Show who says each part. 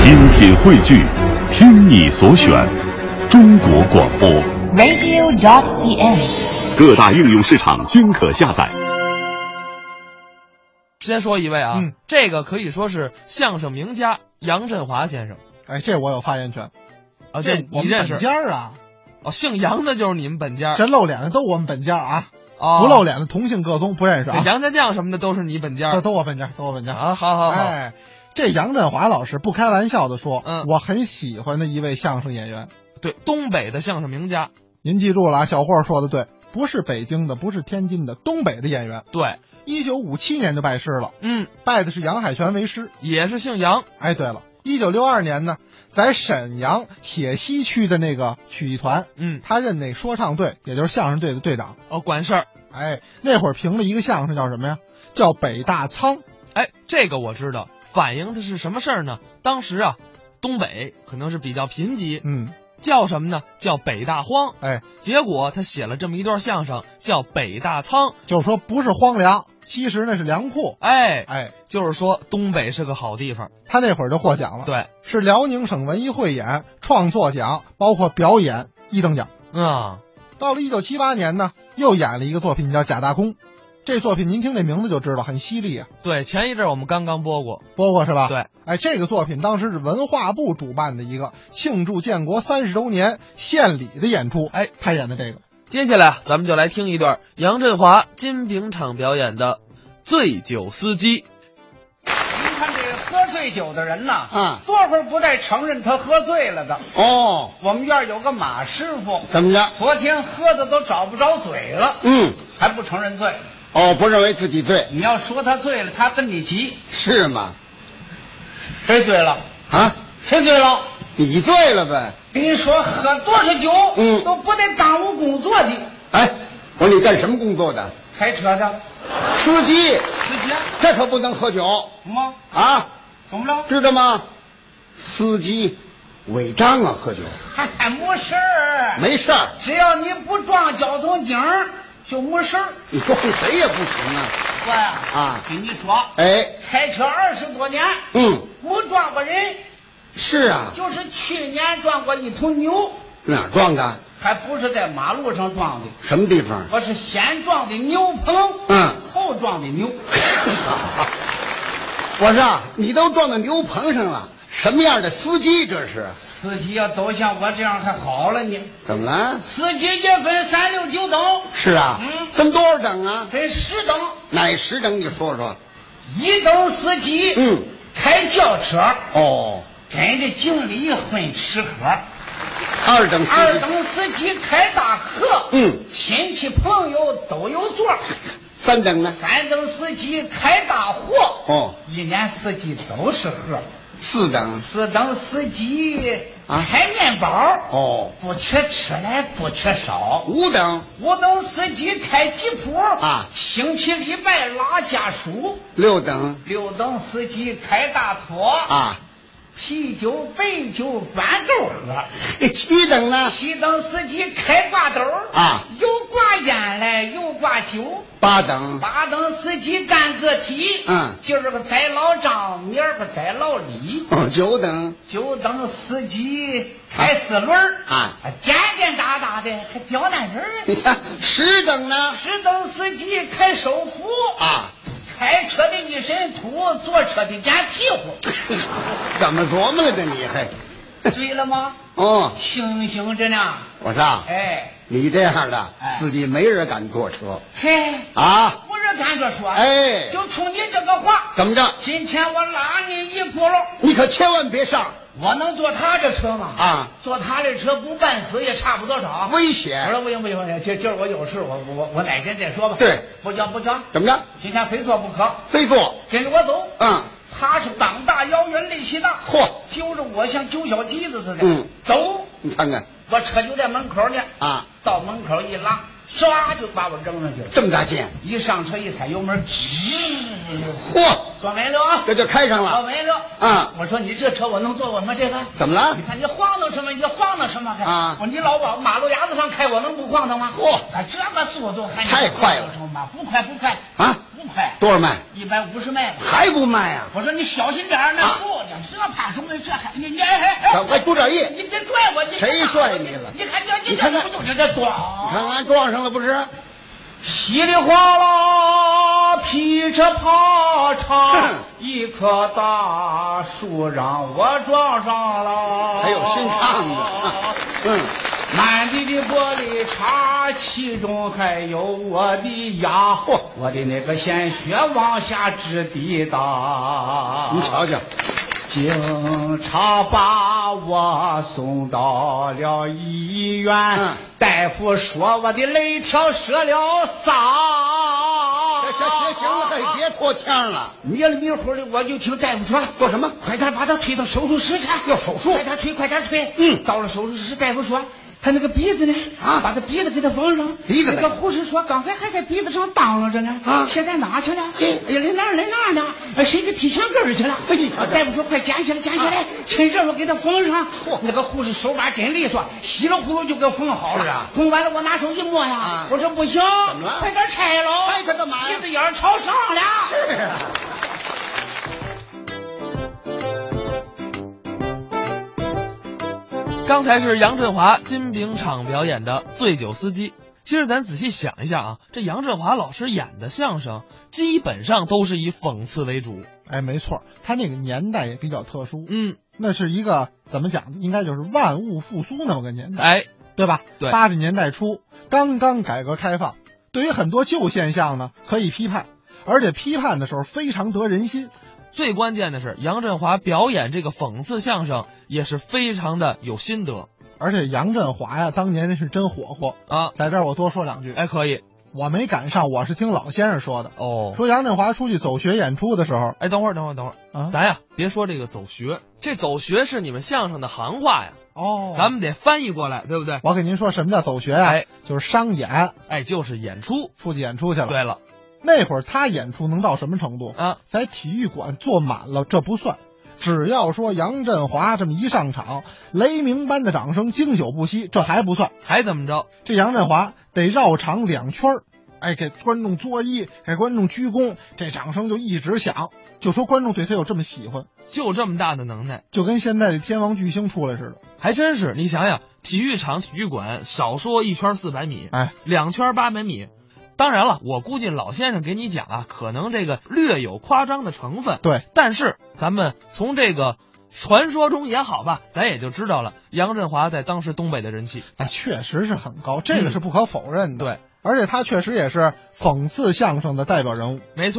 Speaker 1: 精品汇聚，听你所选，中国广播。
Speaker 2: radio.cn。
Speaker 1: 各大应用市场均可下载。
Speaker 3: 先说一位啊，
Speaker 4: 嗯
Speaker 3: 这个可以说是相声名家杨振华先生
Speaker 4: 哎，这我有发言权。
Speaker 3: 啊，
Speaker 4: 这我
Speaker 3: 你
Speaker 4: 们
Speaker 3: 认识
Speaker 4: 本家儿啊，
Speaker 3: 哦，姓杨的就是你们本家，
Speaker 4: 这露脸的都我们本家儿啊，
Speaker 3: 哦
Speaker 4: 不露脸的同姓各宗不认识
Speaker 3: 这
Speaker 4: 啊，
Speaker 3: 杨家将什么的都是你本家
Speaker 4: 都都我本家儿，都我本家儿。
Speaker 3: 啊，好好好，
Speaker 4: 哎，这杨振华老师不开玩笑的说，
Speaker 3: 嗯
Speaker 4: 我很喜欢的一位相声演员。
Speaker 3: 对，东北的相声名家，
Speaker 4: 您记住了啊，小霍说的对，不是北京的，不是天津的，东北的演员。
Speaker 3: 对，
Speaker 4: 一九五七年就拜师了，
Speaker 3: 嗯，
Speaker 4: 拜的是杨海泉为师。
Speaker 3: 也是姓杨，
Speaker 4: 哎，对了，一九六二年呢，在沈阳铁西区的那个曲艺团，
Speaker 3: 嗯，
Speaker 4: 他任那说唱队，也就是相声队的队长。
Speaker 3: 哦，管事儿，
Speaker 4: 哎，那会儿评了一个相声叫什么呀？叫北大仓。
Speaker 3: 哎，这个我知道，反映的是什么事儿呢？当时啊，东北可能是比较贫瘠，
Speaker 4: 嗯，
Speaker 3: 叫什么呢？叫北大荒，
Speaker 4: 哎，
Speaker 3: 结果他写了这么一段相声，叫北大仓，
Speaker 4: 就是说不是荒凉，其实那是粮库。
Speaker 3: 哎，
Speaker 4: 哎，
Speaker 3: 就是说东北是个好地方，
Speaker 4: 他那会儿就获奖了，，
Speaker 3: 对，
Speaker 4: 是辽宁省文艺汇演创作奖，包括表演一等奖。
Speaker 3: 嗯。
Speaker 4: 到了一九七八年呢，又演了一个作品叫《假大空》，这作品您听这名字就知道很犀利啊，
Speaker 3: 对，前一阵儿我们刚刚播过，
Speaker 4: 播过是吧？。
Speaker 3: 对，
Speaker 4: 哎，这个作品当时是文化部主办的一个庆祝建国三十周年献礼的演出，哎，他演的这个。
Speaker 3: 接下来啊咱们就来听一段杨振华金饼厂表演的《醉酒司机》。
Speaker 5: 您看这个喝醉酒的人呐，
Speaker 6: 嗯
Speaker 5: 多会儿不带承认他喝醉了的。
Speaker 6: 哦，
Speaker 5: 我们院儿有个马师傅，
Speaker 6: 怎么着？
Speaker 5: 昨天喝的都找不着嘴了，
Speaker 6: 嗯，
Speaker 5: 还不承认醉。
Speaker 6: 哦，不认为自己对，
Speaker 5: 你要说他醉了，他跟你急。
Speaker 6: 是吗？
Speaker 5: 谁醉了？
Speaker 6: 啊，
Speaker 5: 谁醉了？
Speaker 6: 你醉了呗？
Speaker 5: 跟你说，喝多少酒，
Speaker 6: 嗯
Speaker 5: 都不得耽误工作的，
Speaker 6: 哎，我说你干什么工作的？
Speaker 5: 开车的。
Speaker 6: 司机，
Speaker 5: 司机，啊
Speaker 6: 这可不能喝酒
Speaker 5: 怎么
Speaker 6: 啊，
Speaker 5: 怎么了？
Speaker 6: 知道吗？司机违章啊，喝酒
Speaker 5: 嗨、没事儿，，
Speaker 6: 没事儿，
Speaker 5: 只要你不撞交通警儿，就没事儿。
Speaker 6: 你撞谁也不行啊。
Speaker 5: 哥呀，
Speaker 6: 啊
Speaker 5: 跟你说，
Speaker 6: 哎，
Speaker 5: 开车二十多年，
Speaker 6: 嗯，
Speaker 5: 没撞过人，
Speaker 6: 是啊，
Speaker 5: 就是去年撞过一头牛，
Speaker 6: 哪儿撞的？
Speaker 5: 还不是在马路上撞的，
Speaker 6: 什么地方？
Speaker 5: 我是先撞的牛棚，
Speaker 6: 嗯
Speaker 5: 后撞的 牛。
Speaker 6: 我说啊你都撞到牛棚上了，什么样的司机这是？
Speaker 5: 司机要都像我这样还好了呢，
Speaker 6: 怎么了？
Speaker 5: 司机也分三六九等，
Speaker 6: 是啊，
Speaker 5: 嗯
Speaker 6: 分多少等啊？
Speaker 5: 分十等，
Speaker 6: 哪十等？你说说。
Speaker 5: 一等司机，
Speaker 6: 嗯，
Speaker 5: 开轿车，
Speaker 6: 哦，
Speaker 5: 跟着经理混吃 喝。
Speaker 6: 二等司机
Speaker 5: 二等司机开大客，
Speaker 6: 嗯
Speaker 5: 亲戚朋友都有座儿。
Speaker 6: 三等呢？
Speaker 5: 三等司机开大货，
Speaker 6: 哦，
Speaker 5: 一年四季都是喝。
Speaker 6: 四等。
Speaker 5: 四等司机
Speaker 6: 啊
Speaker 5: 开面包，
Speaker 6: 哦，
Speaker 5: 不缺吃来不缺少。
Speaker 6: 五等。
Speaker 5: 五等司机开吉普
Speaker 6: 啊
Speaker 5: 星期礼拜拉家属。
Speaker 6: 六等。
Speaker 5: 六等司机开大拖
Speaker 6: 啊，
Speaker 5: 啤酒、白酒管够喝。
Speaker 6: 七等呢？
Speaker 5: 七等司机开挂兜儿
Speaker 6: 啊
Speaker 5: 又挂烟来又挂酒。
Speaker 6: 八等。
Speaker 5: 八等司机干个体，
Speaker 6: 嗯
Speaker 5: 今儿个宰老张，明儿个宰老李。
Speaker 6: 哦，九等。
Speaker 5: 九等司机开四轮儿
Speaker 6: 啊，
Speaker 5: 颠颠打打的，还刁难人儿。
Speaker 6: 你看十等呢？
Speaker 5: 十等司机开手扶，
Speaker 6: 啊，
Speaker 5: 开车的一身土，坐车的眼屁股。
Speaker 6: 怎么琢磨的你还？
Speaker 5: 对了吗？
Speaker 6: 哦，
Speaker 5: 清醒着呢。
Speaker 6: 我说啊，
Speaker 5: 哎，
Speaker 6: 你这样的
Speaker 5: 哎
Speaker 6: 司机没人敢坐车
Speaker 5: 嘿，
Speaker 6: 啊？
Speaker 5: 不是咱这说，
Speaker 6: 哎
Speaker 5: 就冲你这个话，
Speaker 6: 怎么着？
Speaker 5: 今天我拉你一轱辘。
Speaker 6: 你可千万别上
Speaker 5: 我能坐他这车吗？
Speaker 6: 啊
Speaker 5: 坐他这车不绊死也差不多少。
Speaker 6: 危
Speaker 5: 我
Speaker 6: 险。
Speaker 5: 说不行不行不行，今今儿我有事，我我我我哪天再说吧。
Speaker 6: 对，
Speaker 5: 不行不行，
Speaker 6: 怎么着？
Speaker 5: 今天非坐不可，
Speaker 6: 非坐？
Speaker 5: 跟着我走。
Speaker 6: 嗯，
Speaker 5: 他是膀大腰圆力气大，
Speaker 6: 嚯
Speaker 5: 揪着我像揪小鸡子似的。
Speaker 6: 嗯，
Speaker 5: 走，
Speaker 6: 你看看
Speaker 5: 我车就在门口呢。
Speaker 6: 啊，
Speaker 5: 到门口一拉，唰就把我扔上去了。
Speaker 6: 这么大劲，
Speaker 5: 一上车一踩油门，吱，
Speaker 6: 嚯！
Speaker 5: 坐没了啊？
Speaker 6: 这就开上
Speaker 5: 坐
Speaker 6: 了。
Speaker 5: 没了。
Speaker 6: 啊
Speaker 5: 我说你这车我能坐过吗？这个？
Speaker 6: 怎么了
Speaker 5: 你？看你晃荡什么？你晃荡什么？还
Speaker 6: 啊
Speaker 5: 我说你老往马路牙子上开，我能不晃荡吗？
Speaker 6: 嚯
Speaker 5: 啊，这个速度还
Speaker 6: 太快了
Speaker 5: 什么？不快不快
Speaker 6: 啊
Speaker 5: 不快，
Speaker 6: 多少迈？
Speaker 5: 一百五十迈吧。
Speaker 6: 还不卖啊？
Speaker 5: 我说你小心点儿，那
Speaker 6: 啊
Speaker 5: 树呢？这怕什么？这还你你哎哎哎！
Speaker 6: 怎么不这意？
Speaker 5: 你别拽我！你
Speaker 6: 谁拽你了
Speaker 5: 你看这
Speaker 6: 你
Speaker 5: 这
Speaker 6: 看看
Speaker 5: 这不就这多？
Speaker 6: 你看俺撞上了不是？
Speaker 5: 稀里哗啦，噼里啪
Speaker 6: 哼
Speaker 5: 嚓，一棵大树让我撞上了。
Speaker 6: 还有姓唱的，嗯，
Speaker 5: 满地的玻璃碴，其中还有我的牙，嚯，我的那个鲜血往下直滴答。
Speaker 6: 你瞧瞧，
Speaker 5: 警察把我送到了医院，
Speaker 6: 嗯
Speaker 5: 大夫说我的肋条折了仨。
Speaker 6: 行行行行了，别拖腔了。
Speaker 5: 迷了迷糊的，我就听大夫说
Speaker 6: 做什么
Speaker 5: 快点把他推到手术室去，
Speaker 6: 要手术
Speaker 5: 快点推，快点推。
Speaker 6: 嗯
Speaker 5: 到了手术室，大夫说他那个鼻子呢？
Speaker 6: 啊
Speaker 5: 把他鼻子给他缝上。
Speaker 6: 鼻子呗
Speaker 5: 那个护士说刚才还在鼻子上当啷着呢，
Speaker 6: 啊
Speaker 5: 现在哪去了？
Speaker 6: 嘿
Speaker 5: 哎呀，来那儿来那儿呢？哎谁给提前根儿去了？啊
Speaker 6: 哎啊你瞧瞧
Speaker 5: 大夫说快捡起来，捡起来，趁热乎给他缝上。那个护士手把真利索，稀里糊涂就给缝好
Speaker 6: 是啊
Speaker 5: 了。缝完了，我拿手一摸呀
Speaker 6: 啊，
Speaker 5: 我说不行，
Speaker 6: 怎么了
Speaker 5: 快点拆喽！
Speaker 6: 拆它干嘛呀
Speaker 5: 鼻子眼儿朝上了。
Speaker 6: 是啊。
Speaker 3: 刚才是杨振华金饼厂表演的《醉酒司机》。其实咱仔细想一下啊，这杨振华老师演的相声基本上都是以讽刺为主。
Speaker 4: 哎，没错，他那个年代也比较特殊，
Speaker 3: 嗯，
Speaker 4: 那是一个怎么讲？应该就是万物复苏那么个年代，
Speaker 3: 哎，
Speaker 4: 对吧？
Speaker 3: 对
Speaker 4: 八十年代初刚刚改革开放，对于很多旧现象呢，可以批判，而且批判的时候非常得人心。
Speaker 3: 最关键的是杨振华表演这个讽刺相声也是非常的有心得
Speaker 4: 而且杨振华呀，当年是真火候，
Speaker 3: 啊。
Speaker 4: 在这儿我多说两句，
Speaker 3: 哎，可以
Speaker 4: 我没赶上，我是听老先生说的，
Speaker 3: 哦。
Speaker 4: 说杨振华出去走学演出的时候
Speaker 3: 哎，等会儿，等会儿，等会儿，
Speaker 4: 啊，
Speaker 3: 咱呀别说这个走学，这走学是你们相声的行话呀，
Speaker 4: 哦
Speaker 3: 咱们得翻译过来，对不对？
Speaker 4: 我给您说什么叫走学呀、
Speaker 3: 哎
Speaker 4: 就是商演，
Speaker 3: 哎，就是演出。
Speaker 4: 出去演出去了。
Speaker 3: 对了
Speaker 4: 那会儿他演出能到什么程度？
Speaker 3: 啊，
Speaker 4: 在体育馆坐满了，这不算。只要说杨振华这么一上场，雷鸣般的掌声经久不息，这还不算。
Speaker 3: 还怎么着？
Speaker 4: 这杨振华得绕场两圈儿，哎，给观众作揖，给观众鞠躬，这掌声就一直响。就说观众对他有这么喜欢，
Speaker 3: 就这么大的能耐，
Speaker 4: 就跟现在这天王巨星出来似的。
Speaker 3: 还真是。你想想，体育场、体育馆，少说一圈四百米，
Speaker 4: 哎，
Speaker 3: 两圈八百米。当然了，我估计老先生给你讲啊，可能这个略有夸张的成分。
Speaker 4: 对，
Speaker 3: 但是咱们从这个传说中也好吧，咱也就知道了杨振华在当时东北的人气。
Speaker 4: 那确实是很高，这个是不可否认的。对，而且他确实也是讽刺相声的代表人物。
Speaker 3: 没错。